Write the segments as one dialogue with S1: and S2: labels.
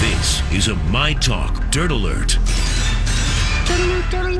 S1: This is a My Talk Dirt Alert.
S2: All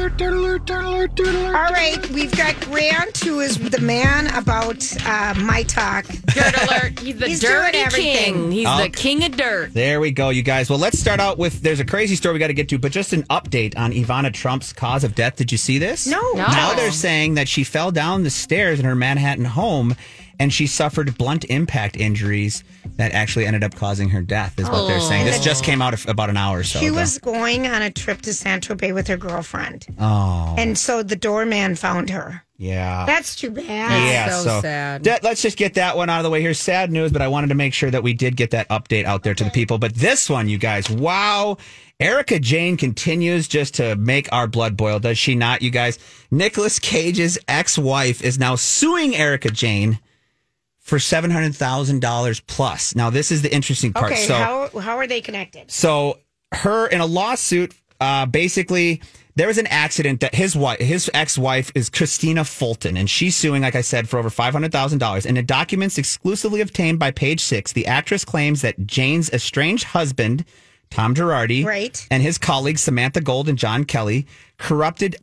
S2: right, we've got Grant, who is the man about uh, my talk.
S3: Dirt alert. He's the
S2: He's
S3: dirty
S2: doing everything.
S3: king. He's
S4: Okay.
S3: the king of dirt.
S4: There we go, you guys. Well, let's start out with there's a crazy story we got to get to, but just an update on Ivana Trump's cause of death. Did you see this?
S2: No. No.
S4: Now they're saying that she fell down the stairs in her Manhattan home and she suffered blunt impact injuries that actually ended up causing her death, is what they're saying. This just came out about an hour or so.
S2: Oh. She
S4: ago.
S2: was going on a trip to San Tropez with her girlfriend. Oh. And so the doorman found her.
S4: Yeah.
S2: That's too bad.
S4: yeah,
S3: so sad.
S4: that- let's just get that one out of the way. Here's sad news, but I wanted to make sure that we did get that update out there to the people. But this one, you guys, wow. Erica Jane continues just to make our blood boil, does she not, you guys? Nicolas Cage's ex wife is now suing Erica Jane for $700,000 plus. Now, this is the interesting part.
S2: Okay,
S4: so,
S2: how, how are they connected?
S4: so her in a lawsuit, uh, basically there was an accident that his wife, his ex-wife is Christina Fulton, and she's suing, like I said, for over five hundred thousand dollars. And in documents exclusively obtained by Page Six, the actress claims that Jane's estranged husband. Tom Girardi
S2: Right.
S4: and his colleagues Samantha Gold and John Kelly corrupted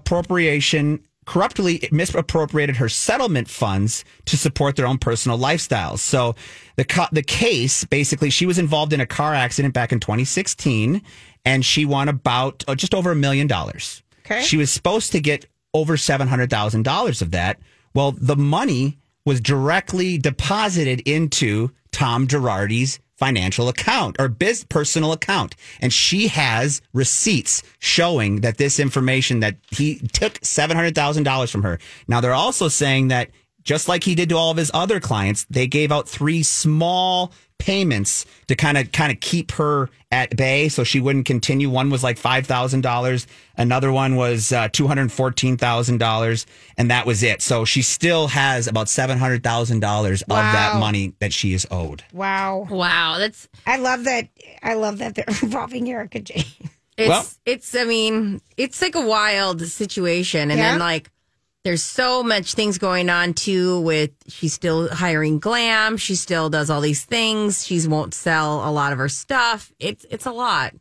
S4: misappropriation corruptly misappropriated her settlement funds to support their own personal lifestyles. So the co- the case basically she was involved in a car accident back in 2016 and she won about uh, just over a million dollars.
S2: Okay.
S4: She was supposed to get over $700,000 of that. Well, the money was directly deposited into Tom Girardi's financial account or biz personal account. And she has receipts showing that this information that he took $700,000 from her. Now they're also saying that just like he did to all of his other clients, they gave out three small payments to kind of kind of keep her at bay so she wouldn't continue. One was like five thousand dollars, another one was uh, two hundred fourteen thousand dollars, and that was it. So she still has about seven hundred thousand dollars of that
S2: Wow.
S4: money that she is owed.
S2: Wow.
S3: Wow, that's
S2: I love that. I love that they're involving Erica Jane.
S3: it's
S4: Well-
S3: it's I mean, it's like a wild situation and
S2: Yeah.
S3: then like there's so much things going on too with she's still hiring glam, she still does all these things, she's won't sell a lot of her stuff. It's it's a lot.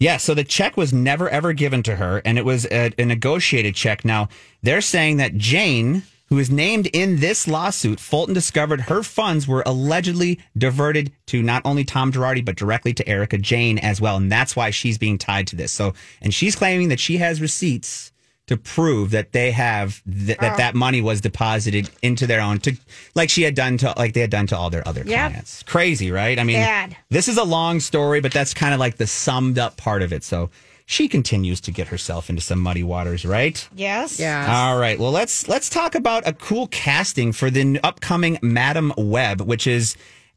S4: Yeah, so the check was never ever given to her, and it was a, a negotiated check. Now, they're saying that Jane, who is named in this lawsuit, Fulton discovered her funds were allegedly diverted to not only Tom Girardi, but directly to Erica Jane as well. And that's why she's being tied to this. So, and she's claiming that she has receipts to prove that they have th- that that money was deposited into their own to like she had done to like they had done to all their other
S2: Yep.
S4: clients crazy right i mean
S2: Bad.
S4: this is a long story, but that's kind of like the summed up part of it. So she continues to get herself into some muddy waters, right?
S2: Yes.
S4: All right. Well, let's let's talk about a cool casting for the n- upcoming Madam Web, which is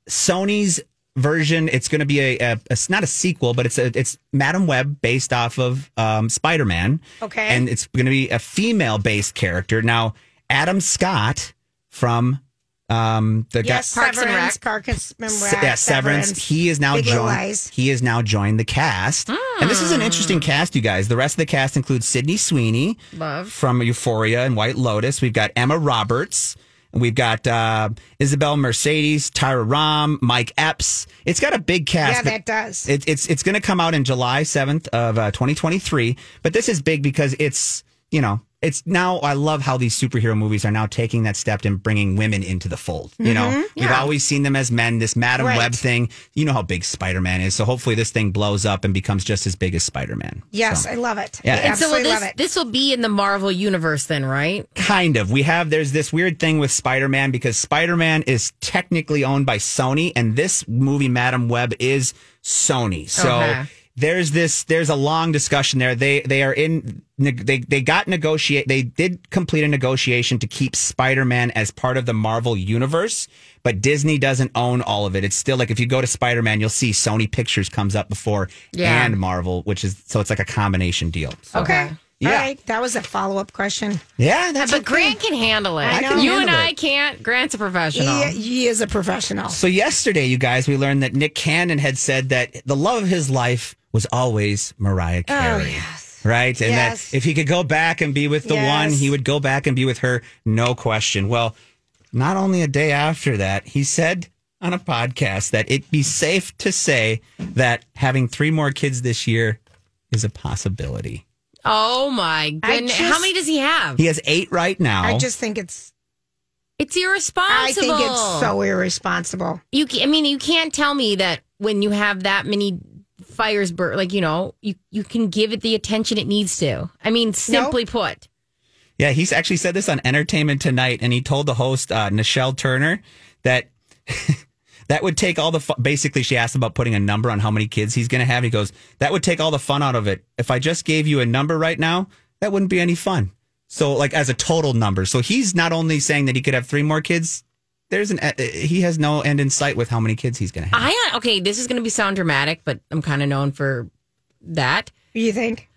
S4: Sony's version. It's going to be a, a, it's not a sequel, but it's a it's Madam Web based off of um, Spider Man.
S2: Okay.
S4: And it's going to be a female based character. Now, Adam Scott from um, the guy,
S2: Yes,
S3: Parks and
S2: Severance,
S3: Rec.
S2: Parks and
S4: Se-
S2: Rec,
S4: yeah, Severance. He is now
S2: Big Little
S4: joined.
S2: Lies. Mm.
S4: He is now joined the cast, and this is an interesting cast, you guys. The rest of the cast includes Sydney Sweeney,
S3: Love.
S4: from Euphoria and White Lotus. We've got Emma Roberts. and We've got uh, Isabel Mercedes, Tyra Rahm, Mike Epps. It's got a big cast.
S2: Yeah, that
S4: but-
S2: does.
S4: it, it's it's going to come out in July 7th of uh, 2023, but this is big because it's, you know, it's now I love how these superhero movies are now taking that step and bringing women into the fold. You know, we've always seen them as men. This Madam
S2: Right.
S4: Web thing, you know how big Spider-Man is. So hopefully this thing blows up and becomes just as big as Spider-Man.
S2: yes,
S4: So,
S2: I love it.
S4: Yeah.
S2: I
S3: And so will
S2: absolutely
S3: this
S2: love it.
S3: this will be in the Marvel universe then, right?
S4: kind of. We have there's this weird thing with Spider-Man because Spider-Man is technically owned by Sony, and this movie Madam Web is Sony. So
S3: Okay.
S4: there's this there's a long discussion there. They they are in neg- they they got negotiate they did complete a negotiation to keep Spider-Man as part of the Marvel universe, but Disney doesn't own all of it. It's still like if you go to Spider-Man, you'll see Sony Pictures comes up before
S3: Yeah. Uh,
S4: and Marvel, which is so it's like a combination deal. So-
S2: Okay. All
S4: Yeah.
S2: right. That was a follow up question.
S4: yeah, that's
S3: But
S4: okay.
S3: Grant can handle it.
S4: I can
S3: you
S4: handle
S3: and I
S4: it.
S3: can't. Grant's a professional.
S2: He, he is a professional.
S4: So yesterday, you guys, we learned that Nick Cannon had said that the love of his life was always Mariah Carey. Right? And
S2: Oh, Yes.
S4: that if he could go back and be with the one,
S2: Yes.
S4: he would go back and be with her, no question. Well, not only a day after that, he said on a podcast that it'd be safe to say that having three more kids this year is a possibility.
S3: Oh my
S2: I
S3: goodness!
S2: just-
S3: How many does he have?
S4: He has eight right now.
S2: I just think it's.
S3: It's irresponsible.
S2: I think it's so irresponsible.
S3: You, ca- I mean, you can't tell me that when you have that many fires burn, like you know, you you can give it the attention it needs to. I mean, simply put,
S4: Yeah, he's actually said this on Entertainment Tonight, and he told the host uh, Nichelle Turner that that would take all the fun. Basically, she asked about putting a number on how many kids he's going to have. He goes, "That would take all the fun out of it. If I just gave you a number right now, that wouldn't be any fun." So, like as a total number, so he's not only saying that he could have three more kids. There's an uh, he has no end in sight with how many kids he's going to have.
S3: I uh, okay. This is going to be sound dramatic, but I'm kind of known for that.
S2: You think?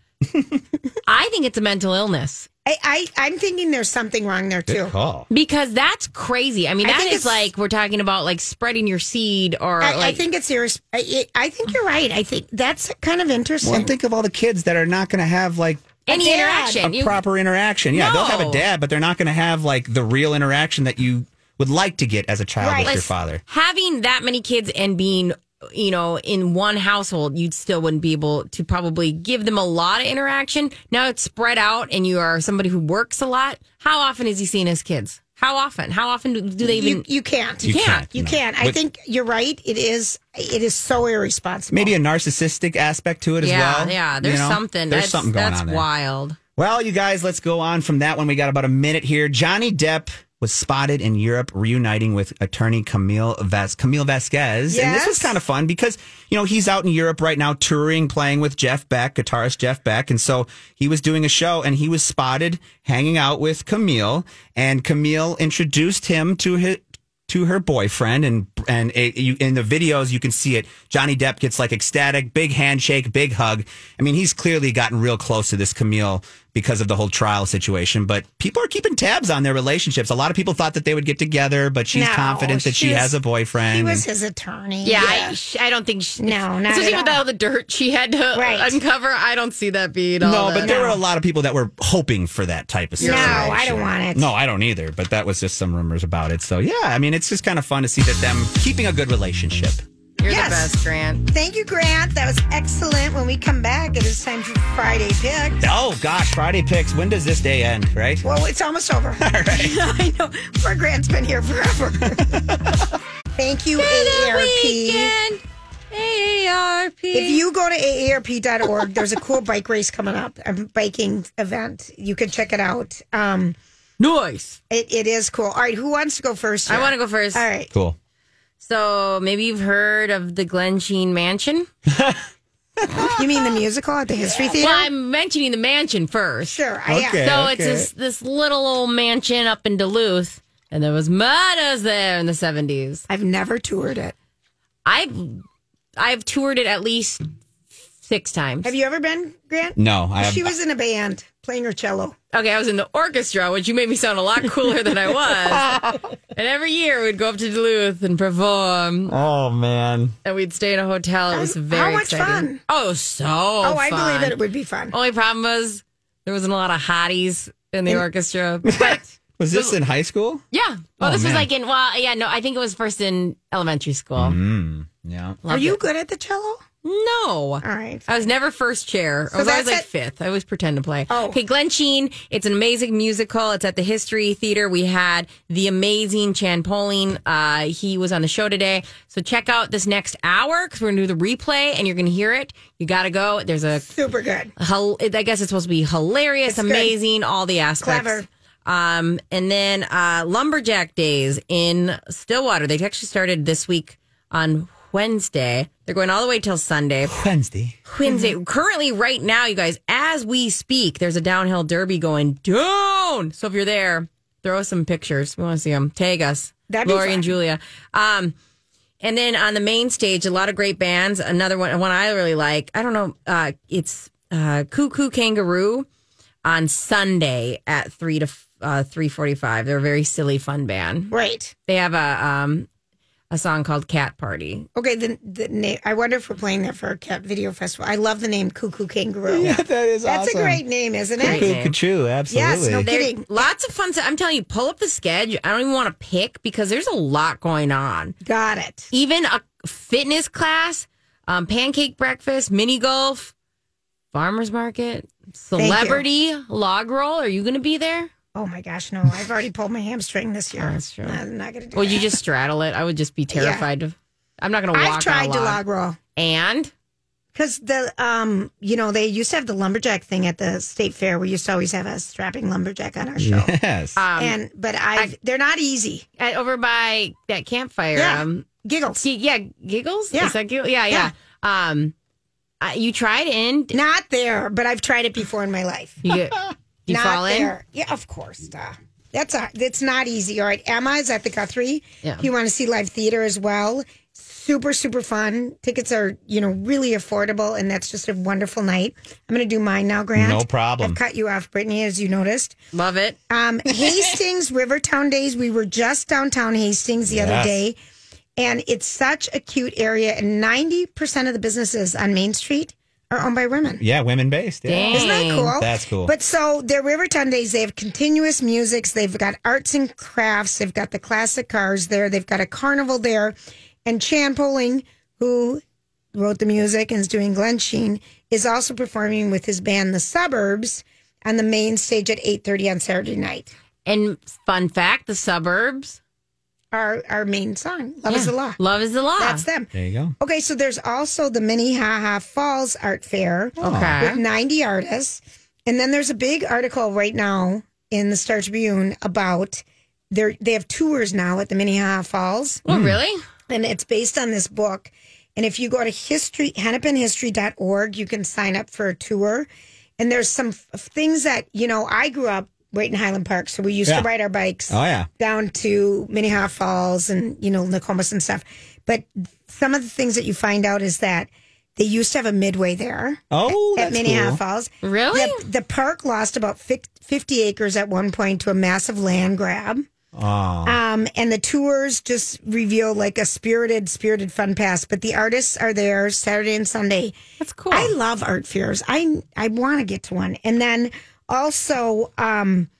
S3: I think it's a mental illness
S2: I, I I'm thinking there's something wrong there too.
S4: call.
S3: because that's crazy. I mean,
S2: I
S3: that
S2: think it's-
S3: is like we're talking about like spreading your seed or
S2: I, I
S3: like
S2: think it's irres- I, I think you're right. I think that's kind of interesting.
S4: Well, and think of all the kids that are not going to have like
S3: any
S2: Yeah,
S3: interaction.
S4: a
S3: You-
S4: proper interaction. Yeah, they'll have
S3: No.
S4: a dad, but they're not going to have like the real interaction that you would like to get as a child
S2: Right.
S4: with your
S3: Listen,
S4: father.
S3: Having that many kids and being, you know, in one household, you still wouldn't be able to probably give them a lot of interaction. Now it's spread out and you are somebody who works a lot. How often is he seeing his kids? How often? How often do, do they even?
S2: you you can't.
S4: You
S3: can't.
S4: can't.
S2: You
S4: no.
S2: can't. I
S4: With-
S2: think you're right. It is it is so irresponsible.
S4: maybe a narcissistic aspect to it as
S3: yeah,
S4: well.
S3: yeah.
S4: you
S3: There's
S4: know?
S3: something.
S4: There's
S3: that's,
S4: something going
S3: That's
S4: on there.
S3: wild.
S4: Well, you guys, let's go on from that one. We got about a minute here. Johnny Depp was spotted in Europe reuniting with attorney Camille Vas- Camille Vasquez. And this was
S2: Yes.
S4: kind of fun because, you know, he's out in Europe right now touring, playing with Jeff Beck, guitarist Jeff Beck. And so he was doing a show and he was spotted hanging out with Camille and Camille introduced him to his, to her boyfriend and and it, you, in the videos you can see it johnny depp gets like ecstatic big handshake big hug i mean he's clearly gotten real close to this camille because of the whole trial situation but people are keeping tabs on their relationships a lot of people thought that they would get together but she's
S2: No,
S4: confident that she
S2: she's-
S4: has a boyfriend
S2: he was his attorney.
S3: Yeah, I sh I, don't think. She,
S2: No, not
S3: especially
S2: at
S3: with
S2: all.
S3: all the dirt she had to
S2: Right.
S3: uncover. I don't see that being. All
S4: no,
S3: the-
S4: but there were a lot of people that were hoping for that type of
S2: No,
S4: situation.
S2: I don't want it.
S4: No, I don't either. But that was just some rumors about it. So yeah, I mean, it's just kind of fun to see that them keeping a good relationship.
S3: you're
S2: Yes.
S3: the best, Grant.
S2: Thank you, Grant. That was excellent. When we come back, it is time for Friday pick.
S4: Oh gosh, Friday picks. When does this day end? Right?
S2: Well, it's almost over. All right. I know. Poor Grant's been here forever. Thank you, AARP.
S3: Weekend. AARP.
S2: If you go to aarp.org, there's a cool bike race coming up, a biking event. You can check it out. Um,
S3: Nice.
S2: it, it is cool. All right, who wants to go first?
S3: I want to go first.
S2: All right.
S4: Cool.
S3: So maybe you've heard of the Glen Sheen Mansion.
S2: You mean the musical at the History Theater?
S3: Well, I'm mentioning the mansion first.
S2: sure. I am.
S4: Okay.
S3: So it's this, this little old mansion up in Duluth, and there was murders there in the 70s.
S2: I've never toured it.
S3: I've I've toured it at least six times.
S2: Have you ever been, Grant?
S4: No, I have.
S2: She was in a band playing her cello.
S3: Okay, I was in the orchestra, which you made me sound a lot cooler than I was. and every year we'd go up to Duluth and perform,
S4: oh man.
S3: and we'd stay in a hotel. It was
S2: How- how
S3: very
S2: much
S3: exciting.
S2: fun?
S3: Oh, so
S2: Oh, I
S3: fun. Oh,
S2: believe it. It would be fun.
S3: Only problem was there wasn't a lot of hotties in the orchestra. But
S4: Was this in high school?
S3: yeah. Oh,
S4: Oh,
S3: this was
S4: man.
S3: like in well, yeah, no, I think it was first in elementary school.
S2: Mm-hmm.
S4: Yeah.
S2: Are
S3: Loved
S2: you
S3: it. Uh,
S2: good at the cello?
S3: No.
S2: All right.
S3: I was never first chair. I was always
S2: that's
S3: like
S2: it?
S3: fifth. I always pretend to play.
S2: Oh.
S3: Okay, Glen Sheen. It's an amazing musical. It's at the History Theater. We had the amazing Chan Poling. Uh, he was on the show today. So check out this next hour because we're going to do the replay and you're going to hear it. You got to go. There's a
S2: Super good.
S3: hel- I guess it's supposed to be hilarious,
S2: good.
S3: amazing, all the aspects.
S2: Clever.
S3: Um, and then uh, Lumberjack Days in Stillwater. They actually started this week on Wednesday. They're going all the way till Sunday.
S4: Wednesday.
S3: Wednesday.
S2: Mm-hmm.
S3: Currently, right now, you guys, as we speak, there's a downhill derby going down. So if you're there, throw us some pictures. We want to see them. Tag us.
S2: That'd be
S3: Lori
S2: fun.
S3: and Julia. Um, and then on the main stage, a lot of great bands. Another one, one I really like. I don't know. Uh, it's uh, Cuckoo Kangaroo on Sunday at three to uh, three forty-five. They're a very silly, fun band.
S2: Right.
S3: They have a um, a song called "Cat Party."
S2: Okay. The, the name. I wonder if we're playing that for a cat video festival. I love the name Cuckoo Kangaroo.
S4: that is
S2: That's a great name, isn't it?
S4: Cuckoo Cuckoo, absolutely.
S2: no
S3: There-
S2: kidding.
S3: Lots of fun stuff. I'm telling you, pull up the schedule. I don't even want to pick because there's a lot going on.
S2: Got it.
S3: Even a fitness class, um, pancake breakfast, mini golf, farmers market,
S2: you.
S3: celebrity log roll. Are you going to be there?
S2: Oh my gosh, no! I've already pulled my hamstring this year.
S3: Oh, that's true.
S2: I'm not gonna do.
S3: Well,
S2: that.
S3: you just straddle it. I would just be terrified. of I'm not going to walk.
S2: I've tried
S3: on a
S2: to
S3: log.
S2: log roll
S3: And
S2: because the um, you know, they used to have the lumberjack thing at the state fair. We used to always have a strapping lumberjack on our show.
S4: Yes.
S3: Um,
S2: and but I've, they're not easy.
S3: at, over by that campfire,
S2: Yeah.
S3: um,
S2: Giggles.
S3: g- yeah, giggles.
S2: Yeah.
S3: Is that giggle? Yeah, yeah. Um, uh, you tried in.
S2: Not there, but I've tried it before in my life.
S3: You, get, you
S2: not
S3: fall in.
S2: there. Yeah, of course. Duh. That's a, that's not easy. All right, Emma is at the Guthrie.
S3: Yeah.
S2: If you want to see live theater as well, super super fun. Tickets are you know really affordable, and that's just a wonderful night. I'm going to do mine now, Grant.
S4: No problem.
S2: I've cut you off, Brittany, as you noticed.
S3: Love it.
S2: Um, Hastings Rivertown Days. We were just downtown Hastings the other
S4: Yes.
S2: day, and it's such a cute area. And ninety percent of the businesses on Main Street are owned by women.
S4: yeah, women based. Yeah.
S2: Isn't that cool?
S4: That's cool.
S2: But so their Rivertown days, they have continuous musics. They've got arts and crafts. They've got the classic cars there. They've got a carnival there, and Chan Poling, who wrote the music and is doing Glen Sheen, is also performing with his band The Suburbs on the main stage at eight thirty on Saturday night.
S3: And fun fact: the suburbs.
S2: Our our main song, "Love Is the Law."
S3: Love is the law.
S2: That's them.
S4: There you go.
S2: Okay, so there's also the Minnehaha Falls Art Fair.
S3: Okay.
S2: with 90 artists. And then there's a big article right now in the Star Tribune about their they have tours now at the Minnehaha Falls
S3: Oh, really?
S2: and it's based on this book. And if you go to history hennepinhistory.org, you can sign up for a tour. And there's some f- things that, you know, I grew up right in Highland Park, so we used
S4: Yeah.
S2: to ride our bikes
S4: Oh yeah.
S2: down to Minnehaha Falls and you know Nokomis and stuff. But some of the things that you find out is that they used to have a midway there
S4: Oh,
S2: at
S4: that's
S2: Minnehaha
S4: cool.
S2: Falls.
S3: Really?
S2: The, the park lost about fif- 50 acres at one point to a massive land grab.
S4: Oh,
S2: Um, and the tours just reveal like a spirited, spirited fun past. But the artists are there Saturday and Sunday.
S3: That's cool.
S2: I love art fairs. I I want to get to one. And then also um,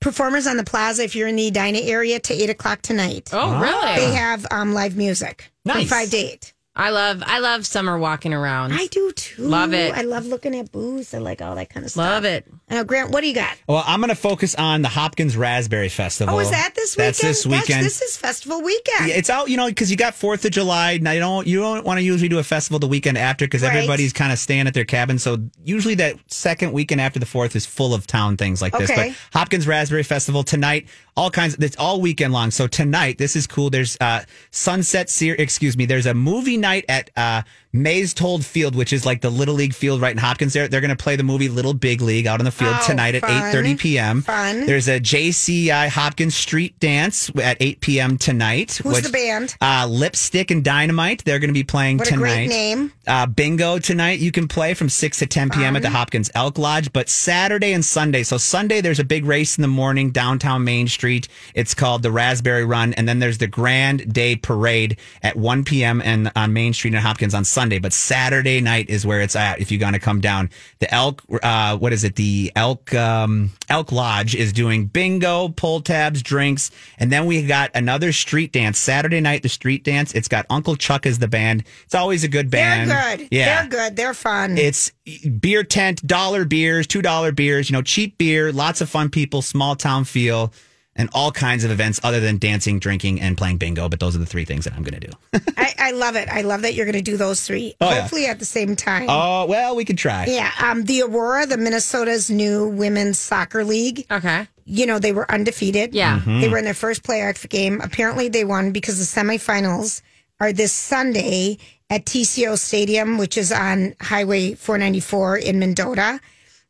S2: performers on the plaza. If you're in the Edina area, to eight o'clock tonight,
S3: oh,
S2: they
S3: really?
S2: have um, live music from
S4: Nice.
S2: five to eight.
S3: I love. I love summer walking around.
S2: I do too.
S3: Love it.
S2: I love looking at booths. I like all that kind of stuff.
S3: love it.
S2: Now, Grant, what do you got?
S4: well, I'm going to focus on the Hopkins Raspberry Festival.
S2: Oh, is that this weekend?
S4: That's this
S2: Gosh,
S4: weekend.
S2: this is festival weekend.
S4: Yeah, it's out, you know, because you got Fourth of July. Now you don't you don't want to usually do a festival the weekend after because
S2: Right.
S4: everybody's kind of staying at their cabin. So usually that second weekend after the fourth is full of town things like this.
S2: Okay.
S4: But Hopkins Raspberry Festival tonight, all kinds. It's all weekend long. So tonight, this is cool. There's uh, Sunset Series. Excuse me. There's a movie night at uh, Mays Told Field, which is like the Little League field right in Hopkins. There, they're going to play the movie Little Big League out on the field
S2: Oh,
S4: tonight
S2: fun.
S4: at eight thirty p.m.
S2: Fun.
S4: There's a JCI Hopkins Street Dance at eight p.m. tonight.
S2: Who's the band?
S4: Uh, Lipstick and Dynamite. They're going to be playing
S2: What a
S4: tonight.
S2: great name.
S4: Uh, bingo tonight. You can play from 6 to 10 p.m. at the Hopkins Elk Lodge, but Saturday and Sunday. So Sunday, there's a big race in the morning downtown Main Street. It's called the Raspberry Run. And then there's the Grand Day Parade at 1 p.m. and on Main Street in Hopkins on Sunday. But Saturday night is where it's at if you're going to come down. The Elk, uh, what is it? The Elk, um, Elk Lodge is doing bingo, pull tabs, drinks. And then we got another street dance Saturday night, the street dance. It's got Uncle Chuck as the band. It's always a good band
S2: They're
S4: and-
S2: good.
S4: Yeah.
S2: They're good. They're fun.
S4: It's beer tent, dollar beers, two dollar beers, you know, cheap beer, lots of fun people, small town feel, and all kinds of events other than dancing, drinking, and playing bingo. But those are the three things that I'm gonna do.
S2: I, I love it. I love that you're going to do those three,
S4: Oh, yeah.
S2: hopefully at the same time.
S4: Oh well, we could try.
S2: Yeah. Um, the Aurora, the Minnesota's new women's soccer league,
S3: Okay.
S2: you know, they were undefeated.
S3: Yeah.
S4: Mm-hmm.
S2: They were in their first playoff game. Apparently, they won because the semifinals are this Sunday at TCO Stadium, which is on Highway 494 in Mendota.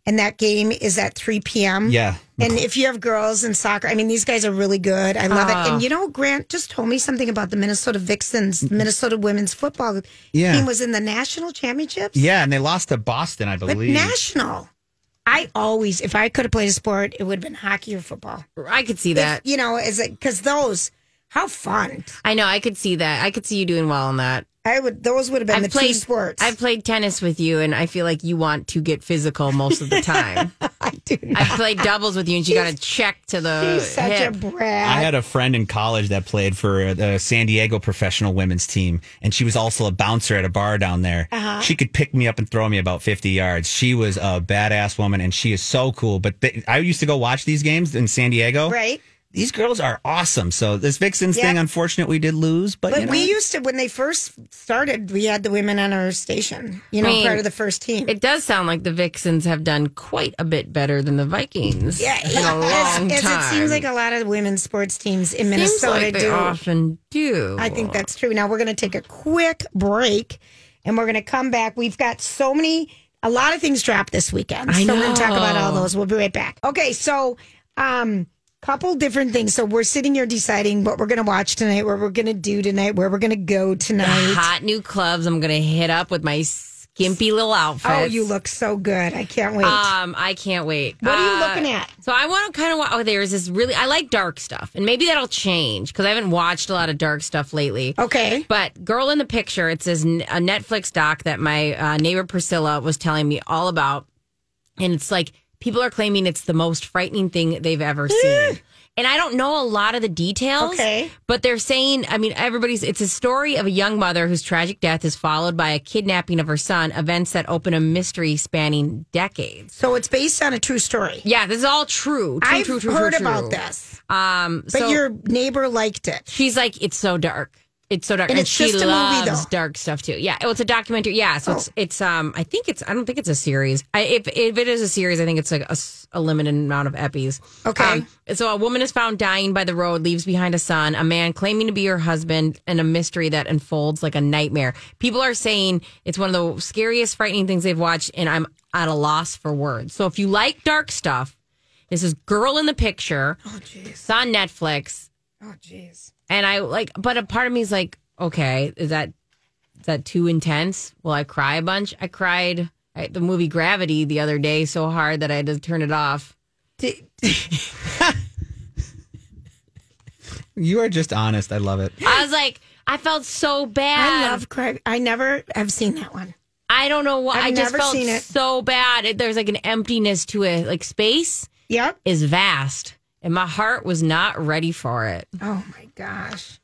S2: And that game is at 3 p.m.
S4: Yeah.
S2: And if you have girls in soccer, I mean, these guys are really good. I love it. And you know, Grant just told me something about the Minnesota Vixens, the Minnesota women's football
S4: Yeah.
S2: team was in the national championships.
S4: Yeah, and they lost to Boston, I
S2: But
S4: believe.
S2: national. I always, if I could have played a sport, it would have been hockey or football.
S3: I could see that.
S2: You know, is it because those? How fun!
S3: I know. I could see that. I could see you doing well on that.
S2: I would. Those would have been the
S3: I've played
S2: two sports.
S3: I've played tennis with you, and I feel like you want to get physical most of the time.
S2: I do not.
S3: I've played doubles with you, and she got a check to the
S2: He's such
S3: Uh, hip.
S2: a brat.
S4: I had a friend in college that played for the San Diego professional women's team, and she was also a bouncer at a bar down there. She could pick me up and throw me about 50 yards. She was a badass woman, and she is so cool. But th- I used to go watch these games in San Diego.
S2: right.
S4: These girls are awesome. So this Vixens
S2: Yeah.
S4: thing, unfortunate, we did lose, but,
S2: But
S4: you know,
S2: we used to when they first started, we had the women on our station. You know,
S3: I mean,
S2: part of the first team.
S3: It does sound like the Vixens have done quite a bit better than the Vikings.
S2: yeah,
S3: in a long
S2: as, as
S3: time.
S2: it seems like a lot of women's sports teams in
S3: Seems
S2: Minnesota
S3: like they
S2: do.
S3: often do.
S2: I think that's true. Now we're going to take a quick break and we're going to come back. We've got so many, a lot of things dropped this weekend.
S3: I
S2: so we're going to talk about all
S3: know.
S2: those. We'll be right back. Okay. So, um, couple different things. So we're sitting here deciding what we're going to watch tonight, what we're going to do tonight, where we're going to go tonight.
S3: hot new clubs. I'm gonna hit up with my skimpy little outfit.
S2: Oh, you look so good. I can't wait.
S3: Um, I can't wait.
S2: What are you
S3: Uh,
S2: looking at?
S3: So I want to kind of. Oh, there's this really. I like dark stuff, and maybe that'll change because I haven't watched a lot of dark stuff lately.
S2: okay.
S3: But Girl in the Picture, it's this, n- a Netflix doc that my uh, neighbor Priscilla was telling me all about. And it's like people are claiming it's the most frightening thing they've ever seen. And I don't know a lot of the details,
S2: Okay.
S3: but they're saying, I mean, everybody's, it's a story of a young mother whose tragic death is followed by a kidnapping of her son, events that open a mystery spanning decades.
S2: So it's based on a true story.
S3: Yeah, this is all true. true
S2: I've
S3: true, true,
S2: heard
S3: true,
S2: about
S3: true.
S2: this,
S3: Um,
S2: but
S3: so-
S2: your neighbor liked it.
S3: She's like, it's so dark. It's so dark,
S2: And
S3: and,
S2: it's
S3: she
S2: just a movie,
S3: loves
S2: though. Oh.
S3: dark stuff too. Yeah, well, it's a documentary. Yeah, so it's it's um, I think it's I don't think it's a series. I, if if it is a series, I think it's like a, s- a limited amount of epis.
S2: Okay.
S3: Um, so a woman is found dying by the road, leaves behind a son, a man claiming to be her husband, and a mystery that unfolds like a nightmare. People are saying it's one of the scariest, frightening things they've watched, and I'm at a loss for words. So if you like dark stuff, this is Girl in the Picture.
S2: Oh, jeez.
S3: It's on Netflix
S2: Oh, jeez.
S3: and I like, but a part of me is like, okay, is that is that too intense? Will I cry a bunch? I cried at the movie Gravity the other day so hard that I had to turn it off.
S2: Did-
S4: you are just honest. I love it.
S3: I was like, I felt so bad.
S2: I love Craig. I never have seen that one.
S3: I don't know why.
S2: I've
S3: I just
S2: never
S3: felt
S2: seen it.
S3: so bad. It, there's like an emptiness to it. Like space
S2: Yep.
S3: is vast, and my heart was not ready for it.
S2: Oh my gosh.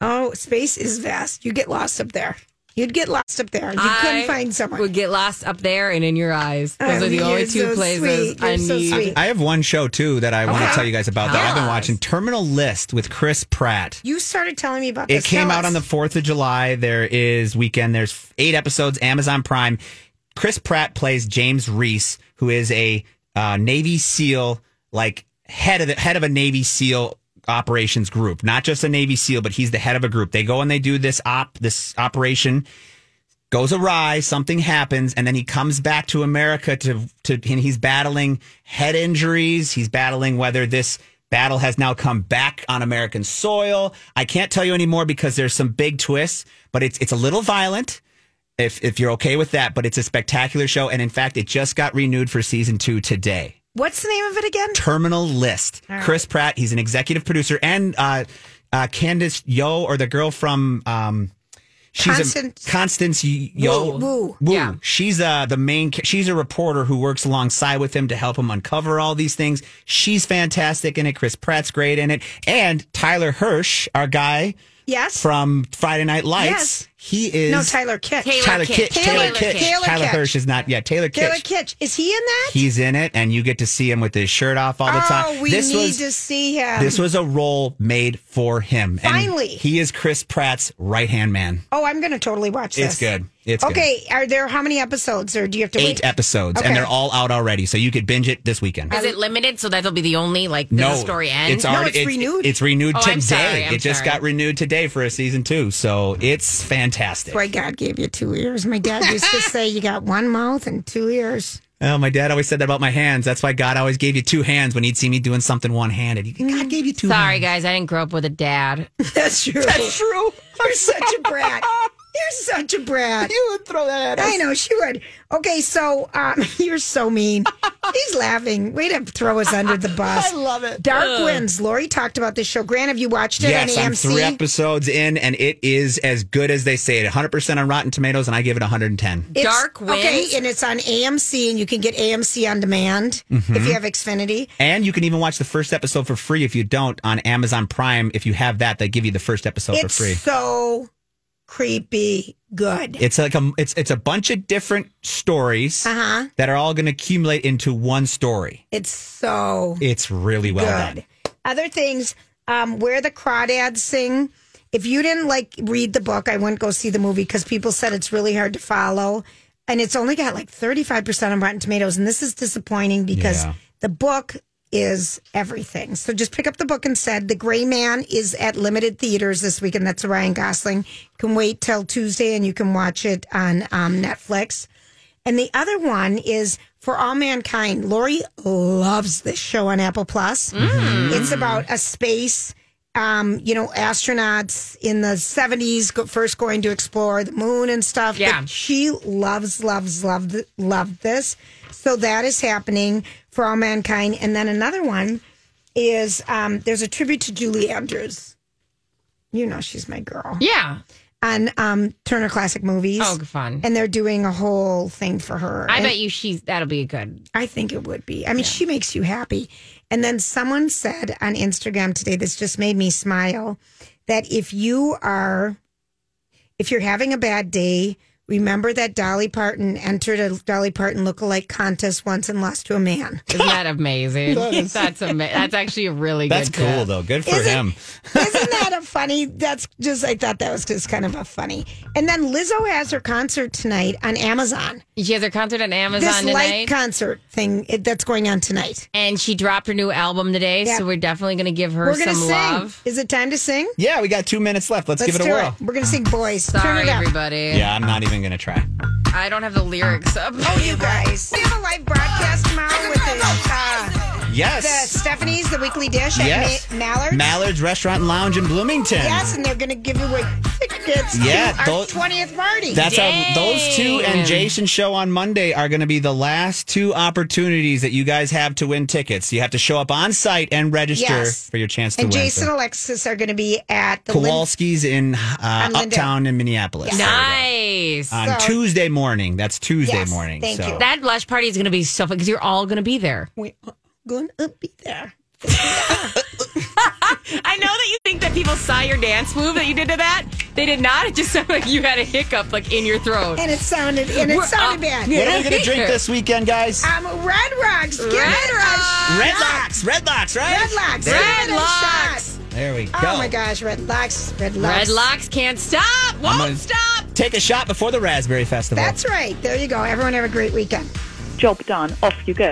S2: Oh, space is vast. You get lost up there. You'd get lost up there. You couldn't
S3: I
S2: find someone.
S3: Would get lost up there and in your eyes.
S2: Oh,
S3: Those are the
S2: you're
S3: only two
S2: so
S3: places
S2: sweet.
S3: I
S2: You're so
S3: need.
S2: sweet.
S4: I have one show too that I want to
S2: Okay.
S4: tell you guys about that I've been
S3: Yes.
S4: watching Terminal List with Chris Pratt.
S2: you started telling me about
S4: It
S2: this.
S4: came
S2: Tell
S4: out
S2: us.
S4: on the 4th of July. There is weekend. There's eight episodes, Amazon Prime. Chris Pratt plays James Reese, who is a uh, Navy SEAL, like head of the head of a Navy SEAL operations group. Not just a Navy SEAL, but he's the head of a group. They go and they do this op this operation goes awry, something happens, and then he comes back to America to to and he's battling head injuries. He's battling whether this battle has now come back on American soil. I can't tell you anymore because there's some big twists, but it's it's a little violent. If if you're okay with that, but it's a spectacular show, and in fact, it just got renewed for season two today.
S2: What's the name of it again?
S4: Terminal List. Chris Pratt, he's an executive producer, and uh, uh, Candace Yo, or the girl from. Um, She's
S2: Constance-
S4: a Constance
S2: Woo,
S4: Yo.
S2: Woo.
S4: Woo.
S3: Yeah.
S4: She's uh, the main. ca- She's a reporter who works alongside with him to help him uncover all these things. She's fantastic in it. Chris Pratt's great in it, and Tyler Hirsch, our guy
S2: Yes.
S4: from Friday
S2: Yes.
S4: Night Lights. He is
S2: no, Tyler Kitsch.
S3: Taylor
S4: Tyler
S3: Kitsch.
S4: Kitsch. Taylor,
S3: Taylor
S4: Kitsch.
S3: Kitsch.
S2: Taylor
S4: Tyler
S2: Kitsch.
S4: Hirsch is not. Yeah, Taylor Kitsch.
S2: Taylor Kitsch. Is he in that?
S4: He's in it, and you get to see him with his shirt off all the time.
S2: oh, we
S4: this
S2: need
S4: was
S2: to see him.
S4: this was a role made for him. And
S2: Finally.
S4: he is Chris Pratt's right hand man.
S2: oh, I'm going to totally watch this.
S4: It's good. It's good.
S2: okay. Are there how many episodes, or do you have to
S4: Eight
S2: wait?
S4: episodes,
S2: Okay.
S4: and they're all out already, so you could binge it this weekend.
S3: Is it limited? So that'll be the only like does the story end.
S4: It's already
S2: it's renewed.
S4: It's renewed
S3: Oh,
S4: today.
S3: I'm sorry, I'm
S4: it just
S3: sorry.
S4: got renewed today for a season two, so it's fantastic.
S2: Boy, God gave you two ears. My dad used to say you got one mouth and two ears.
S4: Oh, my dad always said that about my hands. That's why God always gave you two hands when he'd see me doing something one handed. God gave you two
S3: Sorry, guys, I didn't grow up with a dad.
S2: That's true.
S4: hands. True.
S2: You're such a brat. You're such a brat.
S4: You would throw that at
S2: I
S4: us.
S2: know she would. Okay, so um, you're so mean. She's laughing. Way to throw us under the bus. I love it. Dark Winds. Lori talked about this show. Grant, have you watched it
S4: Yes,
S2: on
S4: I'm
S2: AMC?
S4: three episodes in, and it is as good as they say it. 100% on Rotten Tomatoes, and I give it 110.
S2: It's-
S3: Dark Winds?
S2: Okay, and it's on AMC, and you can get AMC on demand
S4: Mm-hmm.
S2: if you have Xfinity.
S4: And you can even watch the first episode for free if you don't on Amazon Prime. If you have that, they give you the first episode for
S2: It's
S4: free.
S2: so creepy good.
S4: It's like a it's it's a bunch of different stories
S2: Uh-huh.
S4: that are all going to accumulate into one story.
S2: It's so
S4: It's really well
S2: good.
S4: done.
S2: Other things, um, where the crawdads sing. If you didn't like read the book, I wouldn't go see the movie because people said it's really hard to follow, and it's only got like thirty five percent on Rotten Tomatoes, and this is disappointing because
S4: Yeah.
S2: the book is everything. So just pick up the book and said the Gray Man is at limited theaters this week, and that's Ryan Gosling. You can wait till Tuesday, and you can watch it on um, Netflix. And the other one is For All Mankind. Lori loves this show on Apple Plus.
S3: Mm.
S2: It's about a space, um, you know, astronauts in the 70s go, first going to explore the moon and stuff.
S3: Yeah.
S2: But she loves, loves, loved, loved this. So that is happening for all mankind. And then another one is um, there's a tribute to Julie Andrews. You know, she's my girl.
S3: Yeah.
S2: On um, Turner Classic Movies.
S3: Oh, fun.
S2: And they're doing a whole thing for her.
S3: I
S2: And-
S3: bet you she's that'll be good.
S2: I think it would be. I mean, she makes you happy. And then someone said on Instagram today, this just made me smile, that if you are, if you're having a bad day, remember that Dolly Parton entered a Dolly Parton lookalike contest once and lost to a man.
S3: Isn't that amazing? that's ama- That's actually a really
S4: That's
S3: good.
S4: cool
S3: tip.
S4: though. Good for
S2: Is it-
S4: him.
S2: Isn't that a funny? That's just, I thought that was just kind of a funny. And then Lizzo has her concert tonight on Amazon.
S3: She has her concert on Amazon
S2: This
S3: tonight.
S2: light concert thing it, that's going on tonight.
S3: and she dropped her new album today,
S2: Yeah.
S3: so we're definitely going to give her
S2: We're
S3: some
S2: going to sing.
S3: love.
S2: Is it time to sing?
S4: Yeah, we got two minutes left. Let's,
S2: Let's
S4: give it a
S2: do
S4: whirl.
S2: it. We're gonna sing boys. Turn
S3: Sorry,
S2: it up.
S3: everybody.
S4: Yeah, I'm not even going to try.
S3: I don't have the lyrics up.
S2: Oh, you guys. We have a live broadcast tomorrow with the, uh, the
S4: Yes.
S2: Stephanie's, the Weekly Dish at
S4: yes.
S2: Ma- Mallard's.
S4: Mallard's Restaurant and Lounge in Bloomington.
S2: Yes, and they're going to give away tickets
S4: Yeah,
S2: to our
S4: those-
S2: 20th party.
S4: That's
S3: Dang.
S4: how those two and Jason's show on Monday are going to be the last two opportunities that you guys have to win tickets. You have to show up on site and register
S2: Yes.
S4: for your chance to
S2: and
S4: win.
S2: Jason
S4: So-
S2: and Alexis are going to be at the Lin-
S4: Kowalski's in uh,
S2: On Linden.
S4: Uptown in Minneapolis.
S3: Nice.
S4: On
S2: So-
S4: Tuesday morning. That's Tuesday
S2: Yes,
S4: morning.
S2: thank
S4: so.
S2: you.
S3: that lush party is going to be so fun because you're all going to be there.
S2: We're going to be there.
S3: I know that you think that people saw your dance move that you did to that. They did not. It just sounded like you had a hiccup like in your throat.
S2: And it sounded, and it
S3: We're
S2: sounded
S3: up.
S2: bad.
S4: What are we going to drink
S3: Here.
S4: this weekend, guys?
S2: Um, Red Rocks. Give
S3: Red
S2: it a
S4: Red
S2: shot.
S4: Locks. Red Locks, right?
S2: Red Locks.
S4: There,
S2: give
S3: Red
S2: it a shot.
S3: Locks.
S4: there we go.
S2: Oh, my gosh. Red Locks. Red Locks.
S3: Red locks can't stop. Won't
S4: gonna-
S3: stop.
S4: Take a shot before the Raspberry Festival.
S2: That's right. There you go. Everyone have a great weekend.
S5: Job done. Off you go.